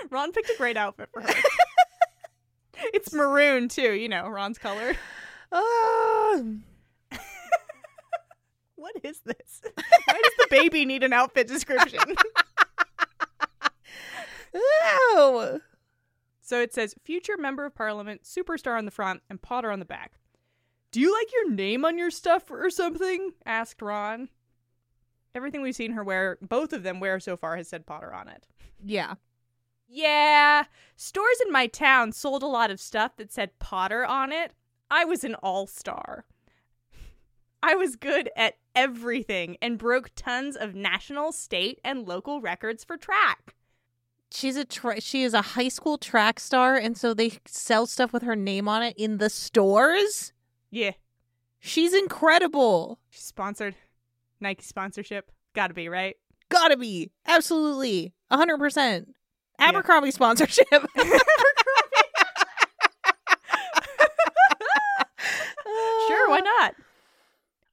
Ron picked a great outfit for her. it's maroon too, you know, Ron's color. Ah. What is this? Why does the baby need an outfit description? Ow. So it says future member of parliament, superstar on the front, and Potter on the back. Do you like your name on your stuff or something? asked Ron. Everything we've seen her wear, both of them wear so far, has said Potter on it. Yeah. Yeah, stores in my town sold a lot of stuff that said Potter on it. I was an all star. I was good at everything and broke tons of national, state, and local records for track. She's a tra- she is a high school track star and so they sell stuff with her name on it in the stores. Yeah, She's incredible. she's sponsored. Nike sponsorship. Gotta be, right? Gotta be. Absolutely. 100%. Yeah. Abercrombie sponsorship. Sure, why not?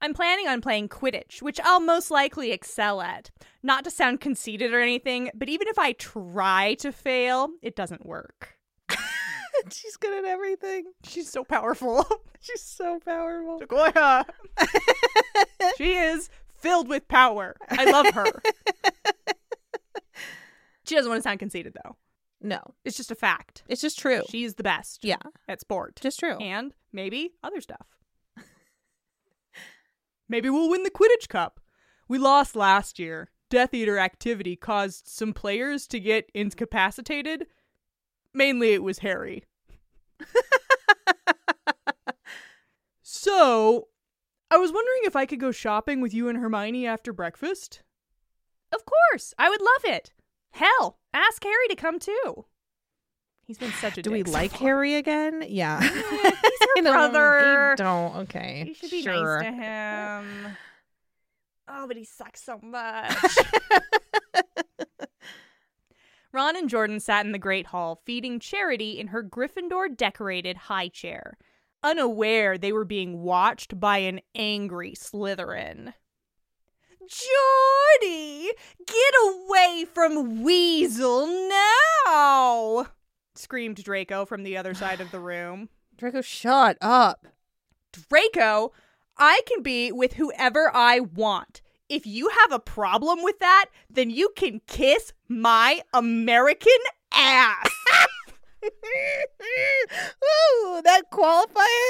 I'm planning on playing Quidditch, which I'll most likely excel at. Not to sound conceited or anything, but even if I try to fail, it doesn't work. She's good at everything. She's so powerful. She's so powerful. Sequoia. she is filled with power. I love her. she doesn't want to sound conceited, though. No, It's just a fact. it's just true. She is the best yeah, at sport. just true. and maybe other stuff. maybe we'll win the Quidditch Cup. We lost last year. Death Eater activity caused some players to get incapacitated. Mainly it was Harry. so, I was wondering if I could go shopping with you and Hermione after breakfast? Of course. I would love it. Hell, ask Harry to come too. He's been such a Do we dick so like far. Harry again? Yeah. her I don't- I brother. Don't. Okay. You should be sure. nice to him. oh, but he sucks so much. Ron and Jordan sat in the Great Hall, feeding Charity in her Gryffindor decorated high chair, unaware they were being watched by an angry Slytherin. Jordy, get away from Weasel now! screamed Draco from the other side of the room. Draco, shut up. Draco, I can be with whoever I want. If you have a problem with that, then you can kiss my American ass. Ooh, that qualifier.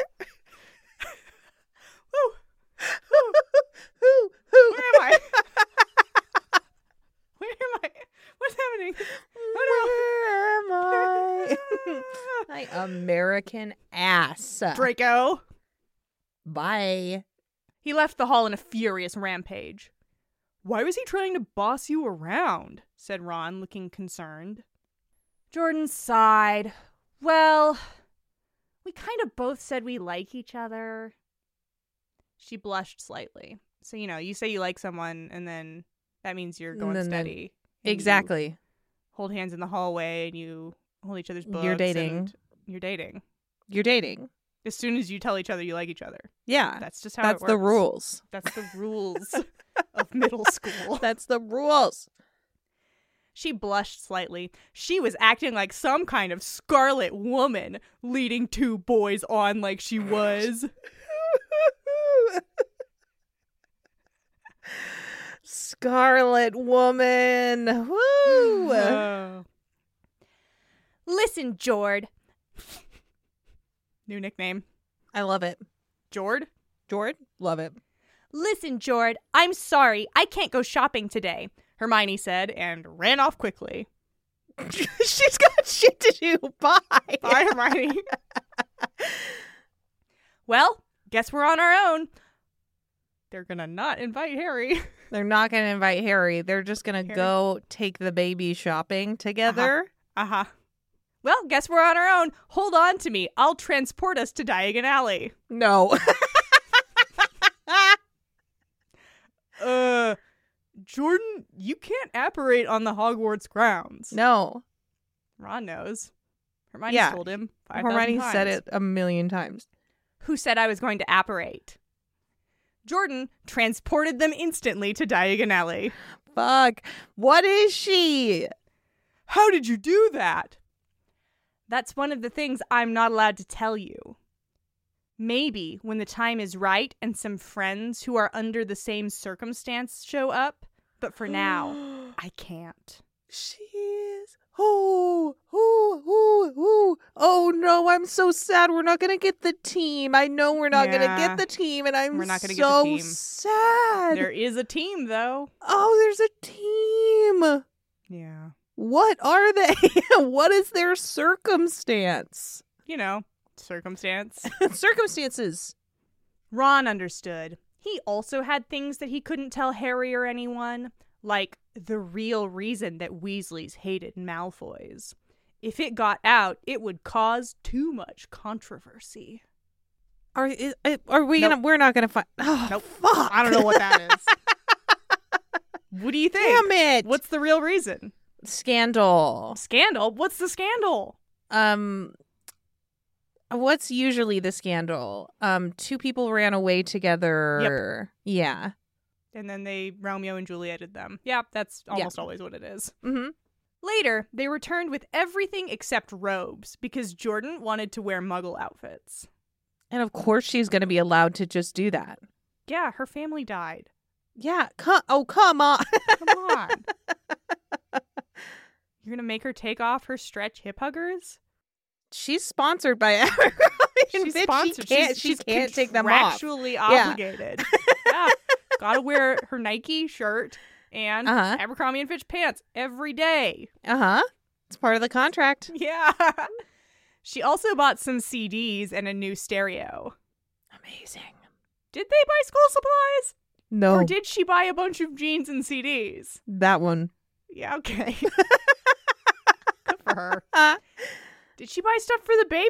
Ooh, Where ooh. am I? Where am I? What's happening? Where am I? My American ass. Draco. Bye. He left the hall in a furious rampage. Why was he trying to boss you around? said Ron, looking concerned. Jordan sighed. Well, we kind of both said we like each other. She blushed slightly. So, you know, you say you like someone, and then that means you're going Then- then- steady. and you Exactly. Hold hands in the hallway, and you hold each other's books. You're dating. and You're dating. You're dating. As soon as you tell each other you like each other. Yeah. That's just how That's it the works. rules. That's the rules of middle school. That's the rules. She blushed slightly. She was acting like some kind of scarlet woman, leading two boys on like she was. Scarlet Woman. Woo! Oh. Listen, Jord. New nickname. I love it. Jord? Jord, love it. Listen, Jord, I'm sorry. I can't go shopping today, Hermione said and ran off quickly. She's got shit to do. Bye. Bye, Hermione. well, guess we're on our own. They're gonna not invite Harry. They're not going to invite Harry. Uh-huh. They're just going to Harry. go take the baby shopping together. Uh huh. Well, guess we're on our own. Hold on to me. I'll transport us to Diagon Alley. No. Uh, Jordan, you can't apparate on the Hogwarts grounds. no. Ron knows. Hermione Yeah. told him. 5,000 Hermione said times. it a million times. Who said I was going to apparate? Jordan transported them instantly to Diagon Alley. Fuck. What is she? How did you do that? That's one of the things I'm not allowed to tell you. Maybe when the time is right and some friends who are under the same circumstance show up, but for now, I can't. She is. Oh, oh, oh, oh. Oh no, I'm so sad. We're not gonna get the team. I know we're not gonna Yeah. get the team, and I'm We're not gonna so get the team. sad. There is a team, though. Oh, there's a team. Yeah. What are they? what is their circumstance? You know, circumstance. Circumstances. Ron understood. He also had things that he couldn't tell Harry or anyone, like the real reason that Weasleys hated Malfoys. If it got out, it would cause too much controversy. Are i- i- are we Nope. gonna? We're not gonna find. Oh Nope. fuck! I don't know what that is. what do you think? Damn it! What's the real reason? scandal? Scandal? What's the scandal? um what's usually the scandal um two people ran away together yeah And then they Romeo and Julieted them. Yeah, that's Yeah. almost always what it is. mm-hmm. Later, they returned with everything except robes because Jordan wanted to wear muggle outfits. and of course she's gonna be allowed to just do that Yeah, her family died. yeah co- oh come on Come on. You're going to make her take off her stretch hip huggers? she's sponsored by Abercrombie and Fitch. sponsored. she can't, she's, she she's can't take them off contractually Yeah. obligated. yeah. Got to wear her Nike shirt and Uh-huh. Abercrombie and Fitch pants every day. uh-huh it's part of the contract Yeah. she also bought some CDs and a new stereo. amazing Did they buy school supplies? no Or did she buy a bunch of jeans and CDs? that one Yeah, okay. Good for her. uh, Did she buy stuff for the baby?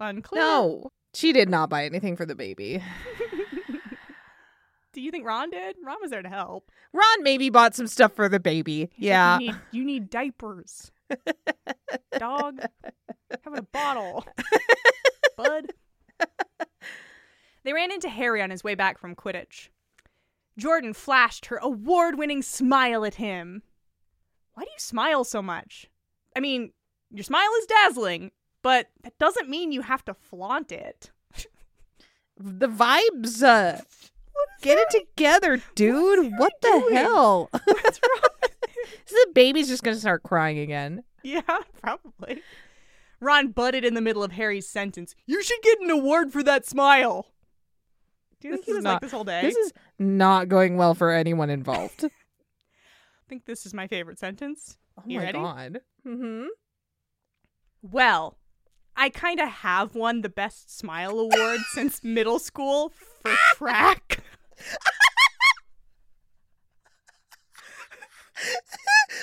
Unclear. no she did not buy anything for the baby Do you think Ron did? Ron was there to help. Ron maybe bought some stuff for the baby. He's like, Yeah. you, need, you need diapers. Dog, have a bottle. Bud. They ran into Harry on his way back from Quidditch. Jordan flashed her award winning smile at him. Why do you smile so much? I mean, your smile is dazzling, but that doesn't mean you have to flaunt it. The vibes. Uh, get it together, dude. What the doing? hell? What's wrong So the baby's just going to start crying again. Yeah, probably. Ron butted in the middle of Harry's sentence. You should get an award for that smile. Do you This think he is was not- like this all day? This is not going well for anyone involved. I think this is my favorite sentence. Oh You my ready? god. Mm-hmm. Well, I kind of have won the best smile award since middle school for track.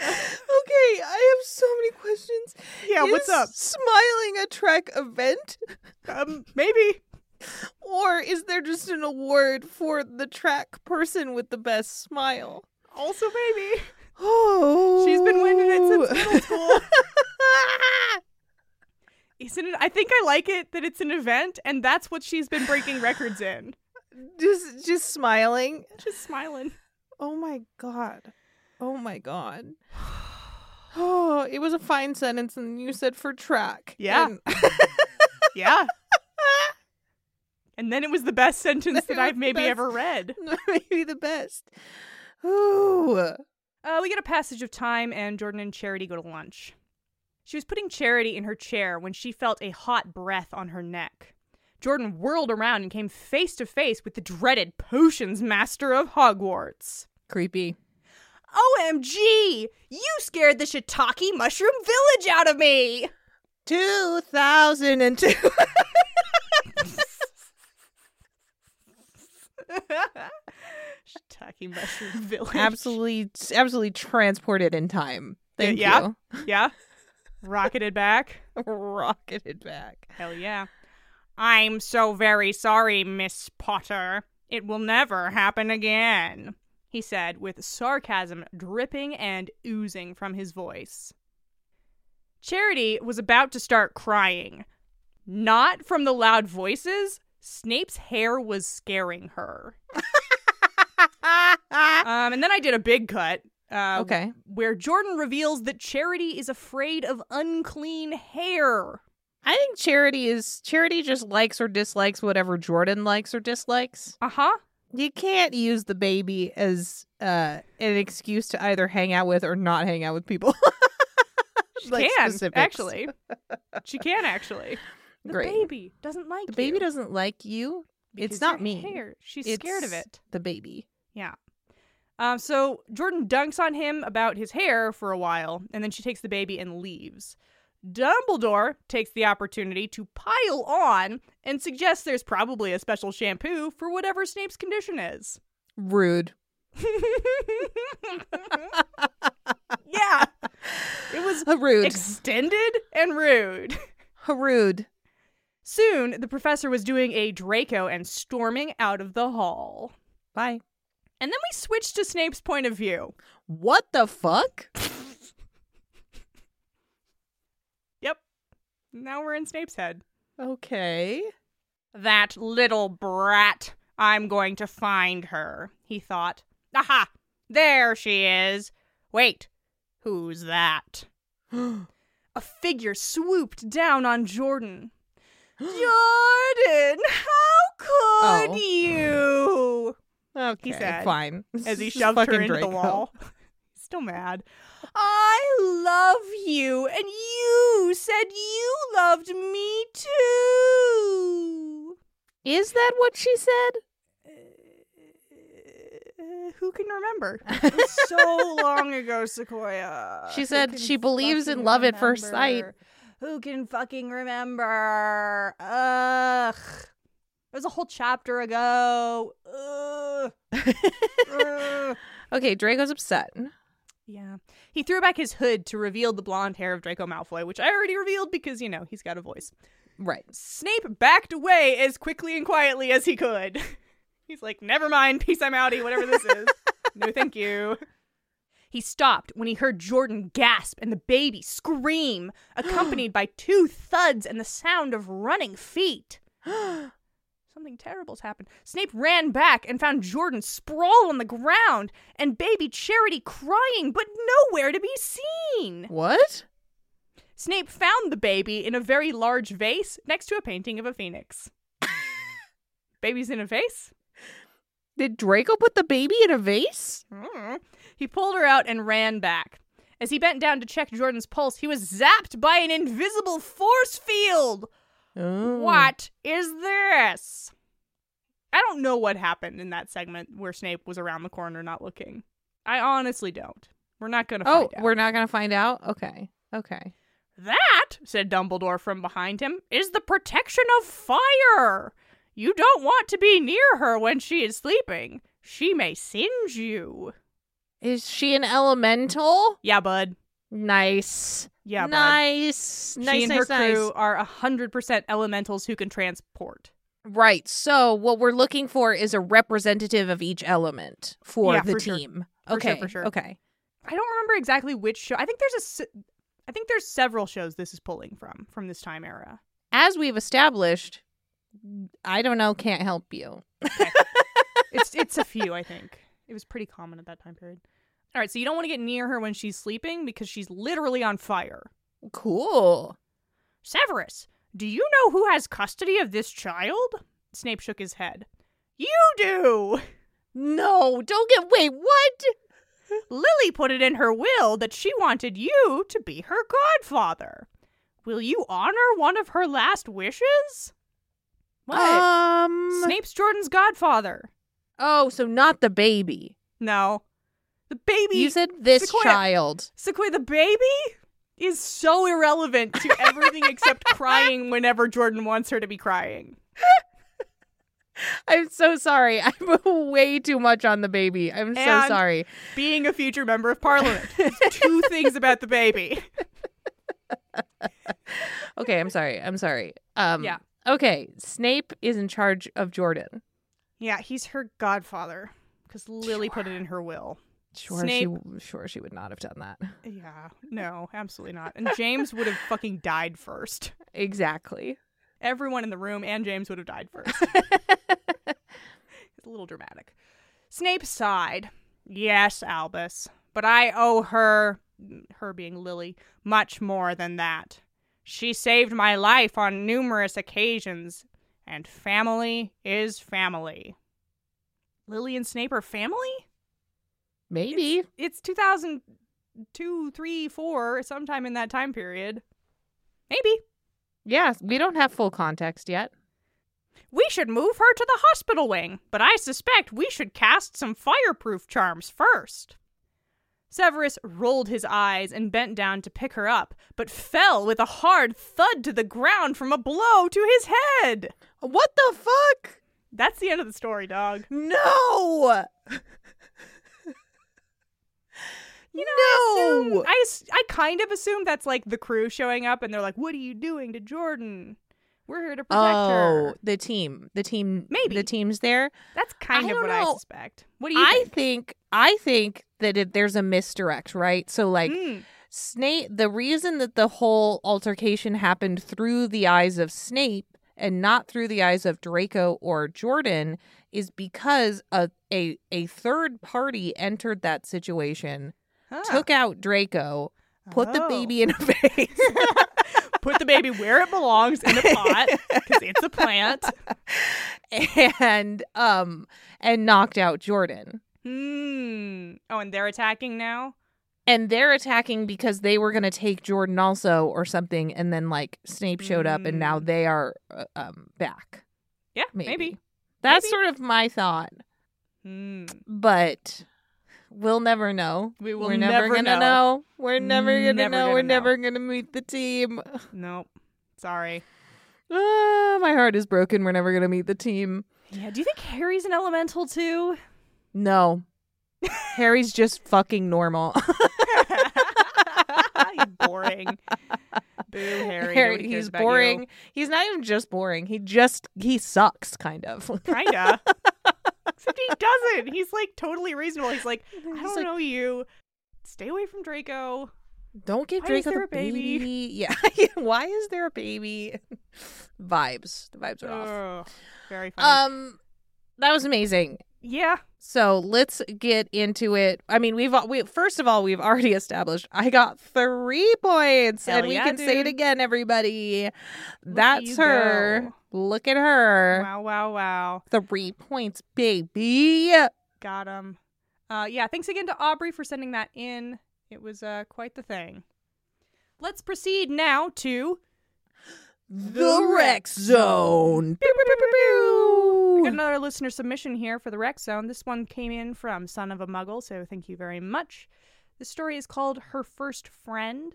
Okay, I have so many questions. Yeah, what's Is up? Smiling a track event, Um, maybe. or is there just an award for the track person with the best smile? Also, maybe. Oh, She's been winning it since middle school. Isn't it? I think I like it that it's an event, and that's what she's been breaking records in. just, just smiling. Just smiling. Oh my god. Oh my god. Oh, it was a fine sentence, and you said for track. Yeah. And- Yeah. And then it was the best sentence It that I've was the maybe best. ever read. maybe the best. Ooh. Uh, we get a passage of time, and Jordan and Charity go to lunch. She was putting Charity in her chair when she felt a hot breath on her neck. Jordan whirled around and came face to face with the dreaded potions master of Hogwarts. Creepy. OMG! You scared the shiitake mushroom village out of me! 2002. shiitake mushroom village. absolutely, absolutely transported in time. Thank Yeah. you. Yeah. Rocketed back. Rocketed back. Hell yeah. I'm so very sorry, Miss Potter. It will never happen again, he said, with sarcasm dripping and oozing from his voice. Charity was about to start crying. Not from the loud voices, Snape's hair was scaring her. Um, and then I did a big cut. Uh, okay. Where Jordan reveals that Charity is afraid of unclean hair. I think charity is charity just likes or dislikes whatever Jordan likes or dislikes. Uh huh. You can't use the baby as uh, an excuse to either hang out with or not hang out with people. She Like can specifics. actually. She can actually. The Great. baby doesn't like The baby you doesn't like you. because it's not your me. hair. She's scared of It's it. The baby. Yeah. Um, so Jordan dunks on him about his hair for a while, and then she takes the baby and leaves. Dumbledore takes the opportunity to pile on and suggests there's probably a special shampoo for whatever Snape's condition is. Rude. yeah. It was A rude. extended and rude. a rude. Soon, the professor was doing a Draco and storming out of the hall. Bye. And then we switched to Snape's point of view. What the fuck? Yep. Now we're in Snape's head. Okay. That little brat. I'm going to find her, he thought. Aha! There she is. Wait, who's that? A figure swooped down on Jordan. Jordan, how could Oh. you? Okay. said, fine. as he This is shoved her fucking into Draco. the wall. Still mad. I love you, and you said you loved me too. Is that what she said? Uh, who can remember? It was so long ago, Sequoia. She Who said can she believes in fucking love at first sight. remember? Who can fucking remember? Ugh. It was a whole chapter ago. Ugh. Ugh. Okay, Draco's upset. Yeah. He threw back his hood to reveal the blonde hair of Draco Malfoy, which I already revealed because, you know, he's got a voice. Right. Snape backed away as quickly and quietly as he could. He's like, never mind, peace, I'm outie, whatever this is. no, thank you. He stopped when he heard Jordan gasp and the baby scream, accompanied by two thuds and the sound of running feet. Something terrible's happened. Snape ran back and found Jordan sprawled on the ground and baby Charity crying, but nowhere to be seen. What? Snape found the baby in a very large vase next to a painting of a phoenix. Baby's in a vase? Did Draco put the baby in a vase? Mm. He pulled her out and ran back. As he bent down to check Jordan's pulse, he was zapped by an invisible force field. Oh. What is this? I don't know what happened in that segment where Snape was around the corner not looking. I honestly don't. We're not going to Oh, find out. we're not gonna find out. Okay. Okay. That, said Dumbledore from behind him, is the protection of fire. You don't want to be near her when she is sleeping. She may singe you. Is she an elemental? Yeah, bud. Nice. Yeah, bud. nice. Nice. she and nice. her nice. crew are 100% elementals who can transport. Right. So what we're looking for is a representative of each element for Yeah, the for sure. team. For sure, okay. for sure. Okay. I don't remember exactly which show. I think there's a se- I think there's several shows this is pulling from from this time era. As we've established, I don't know. Can't help you. It's it's a few, I think. It was pretty common at that time period. All right, so you don't want to get near her when she's sleeping because she's literally on fire. Cool. Severus, do you know who has custody of this child? Snape shook his head. You do! No, don't get. Wait, what? Lily put it in her will that she wanted you to be her godfather. Will you honor one of her last wishes? What? Um. Snape's Jordan's godfather. Oh, so not the baby. No. The baby. You said this Sequoia. child. Sequoia, the baby is so irrelevant to everything except crying whenever Jordan wants her to be crying. I'm so sorry. I'm way too much on the baby. I'm And- so sorry. being a future member of parliament. It's two things about the baby. Okay, I'm sorry. I'm sorry. Um, Yeah. Okay, Snape is in charge of Jordan. Yeah, he's her godfather because Lily put it in her will. Sure, she sure she would not have done that. Yeah, no, absolutely not. And James would have fucking died first. Exactly. Everyone in the room and James would have died first. It's a little dramatic. Snape sighed. Yes, Albus, but I owe her, her being Lily, much more than that. She saved my life on numerous occasions, and family is family. Lily and Snape are family? Maybe. It's 2002, 3, 4, sometime in that time period. Maybe. Yeah, we don't have full context yet. We should move her to the hospital wing, but I suspect we should cast some fireproof charms first. Severus rolled his eyes and bent down to pick her up, but fell with a hard thud to the ground from a blow to his head. What the fuck? That's the end of the story, dog. No. You know, I, assume- I, ass- I kind of assume that's like the crew showing up and they're like, What are you doing to Jordan? We're here to protect Oh, her. the team. The team. Maybe. the team's there. That's kind I of don't what I know. suspect. What do you I think? think. I think that it, there's a misdirect, right? So like. Mm, Snape, the reason that the whole altercation happened through the eyes of Snape and not through the eyes of Draco or Jordan is because a a, a third party entered that situation, Hmm, huh. took out Draco, put the Ah. Oh. baby in a vase. put the baby where it belongs in a pot because it's a plant. and um and knocked out Jordan. Hmm. Oh, and they're attacking now. And they're attacking because they were going to take Jordan also or something and then like Snape showed up and Hmm. now they are uh, um back. Yeah, maybe. maybe. That's Maybe. sort of my thought, Hmm. but we'll never know. We will We're never, never gonna know. know. We're never gonna Never know. gonna We're know. never gonna meet the team. Nope. Sorry. Ah, my heart is broken. We're never gonna meet the team. Yeah. Do you think Harry's an elemental too? No, Harry's just fucking normal. He's boring. Boo, Harry. Harry, Nobody cares he's about you. boring. He's not even just boring. He just he sucks kind of. Kinda. Except he doesn't. He's like totally reasonable. He's like, I He's don't like- know you. Stay away from Draco. Don't give Why is Draco there the a baby? baby. Yeah. Why is there a baby? Vibes. The vibes are off. Ugh, very funny. Um that was amazing. yeah. So let's get into it. I mean, we've we first of all we've already established I got three points, Hell and we yeah, can say it dude. again, everybody. at That's you her. Look at her. Wow, wow, wow. Three points, baby. Got him. Uh, yeah, thanks again to Aubrey for sending that in. It was uh, quite the thing. Let's proceed now to. The Rec Zone. Pew, pew, pew, pew, I pew. got another listener submission here for the Rec Zone. This one came in from Son of a Muggle, so thank you very much. The story is called Her First Friend,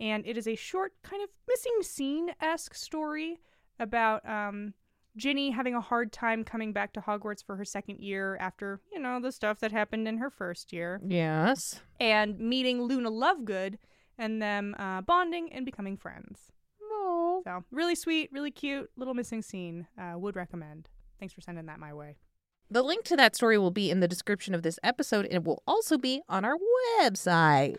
and it is a short, kind of missing scene esque story about um, Ginny having a hard time coming back to Hogwarts for her second year after, you know, the stuff that happened in her first year. Yes. and meeting Luna Lovegood and them uh, bonding and becoming friends. No. So, really sweet, really cute, little missing scene. Uh, would recommend. Thanks for sending that my way. The link to that story will be in the description of this episode, and it will also be on our website.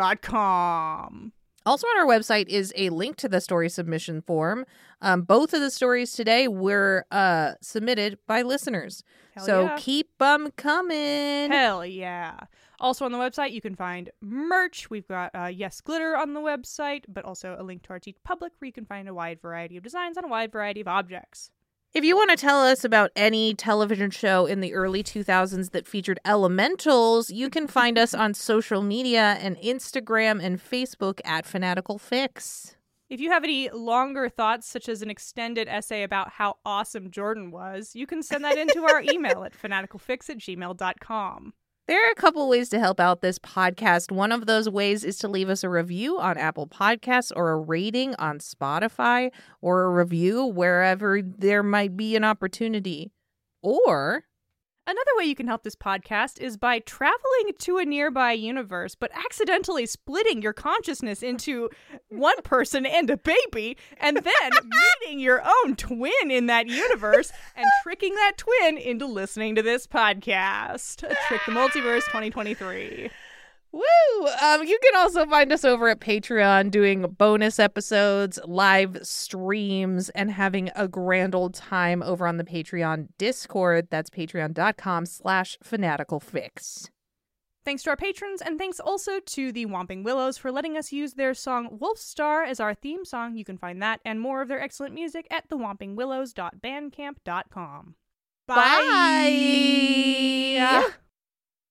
Fanaticalfix.com. Also, on our website is a link to the story submission form. Um, both of the stories today were uh, submitted by listeners. Hell so yeah. keep them coming. Hell yeah. Also on the website, you can find merch. We've got uh, Yes Glitter on the website, but also a link to our Teach Public where you can find a wide variety of designs on a wide variety of objects. If you want to tell us about any television show in the early 2000s that featured elementals, you can find us on social media and Instagram and Facebook at Fanatical Fix. If you have any longer thoughts, such as an extended essay about how awesome Jordan was, you can send that into our email at fanaticalfix at gmail.com. There are a couple ways to help out this podcast. One of those ways is to leave us a review on Apple Podcasts or a rating on Spotify or a review wherever there might be an opportunity. Or Another way you can help this podcast is by traveling to a nearby universe, but accidentally splitting your consciousness into one person and a baby, and then meeting your own twin in that universe and tricking that twin into listening to this podcast. Trick the Multiverse 2023. Woo! Um, you can also find us over at Patreon doing bonus episodes, live streams, and having a grand old time over on the Patreon Discord. That's patreon.com slash fanaticalfix. Thanks to our patrons, and thanks also to the Whomping Willows for letting us use their song Wolf Star as our theme song. You can find that and more of their excellent music at thewompingwillows.bandcamp.com. Bye.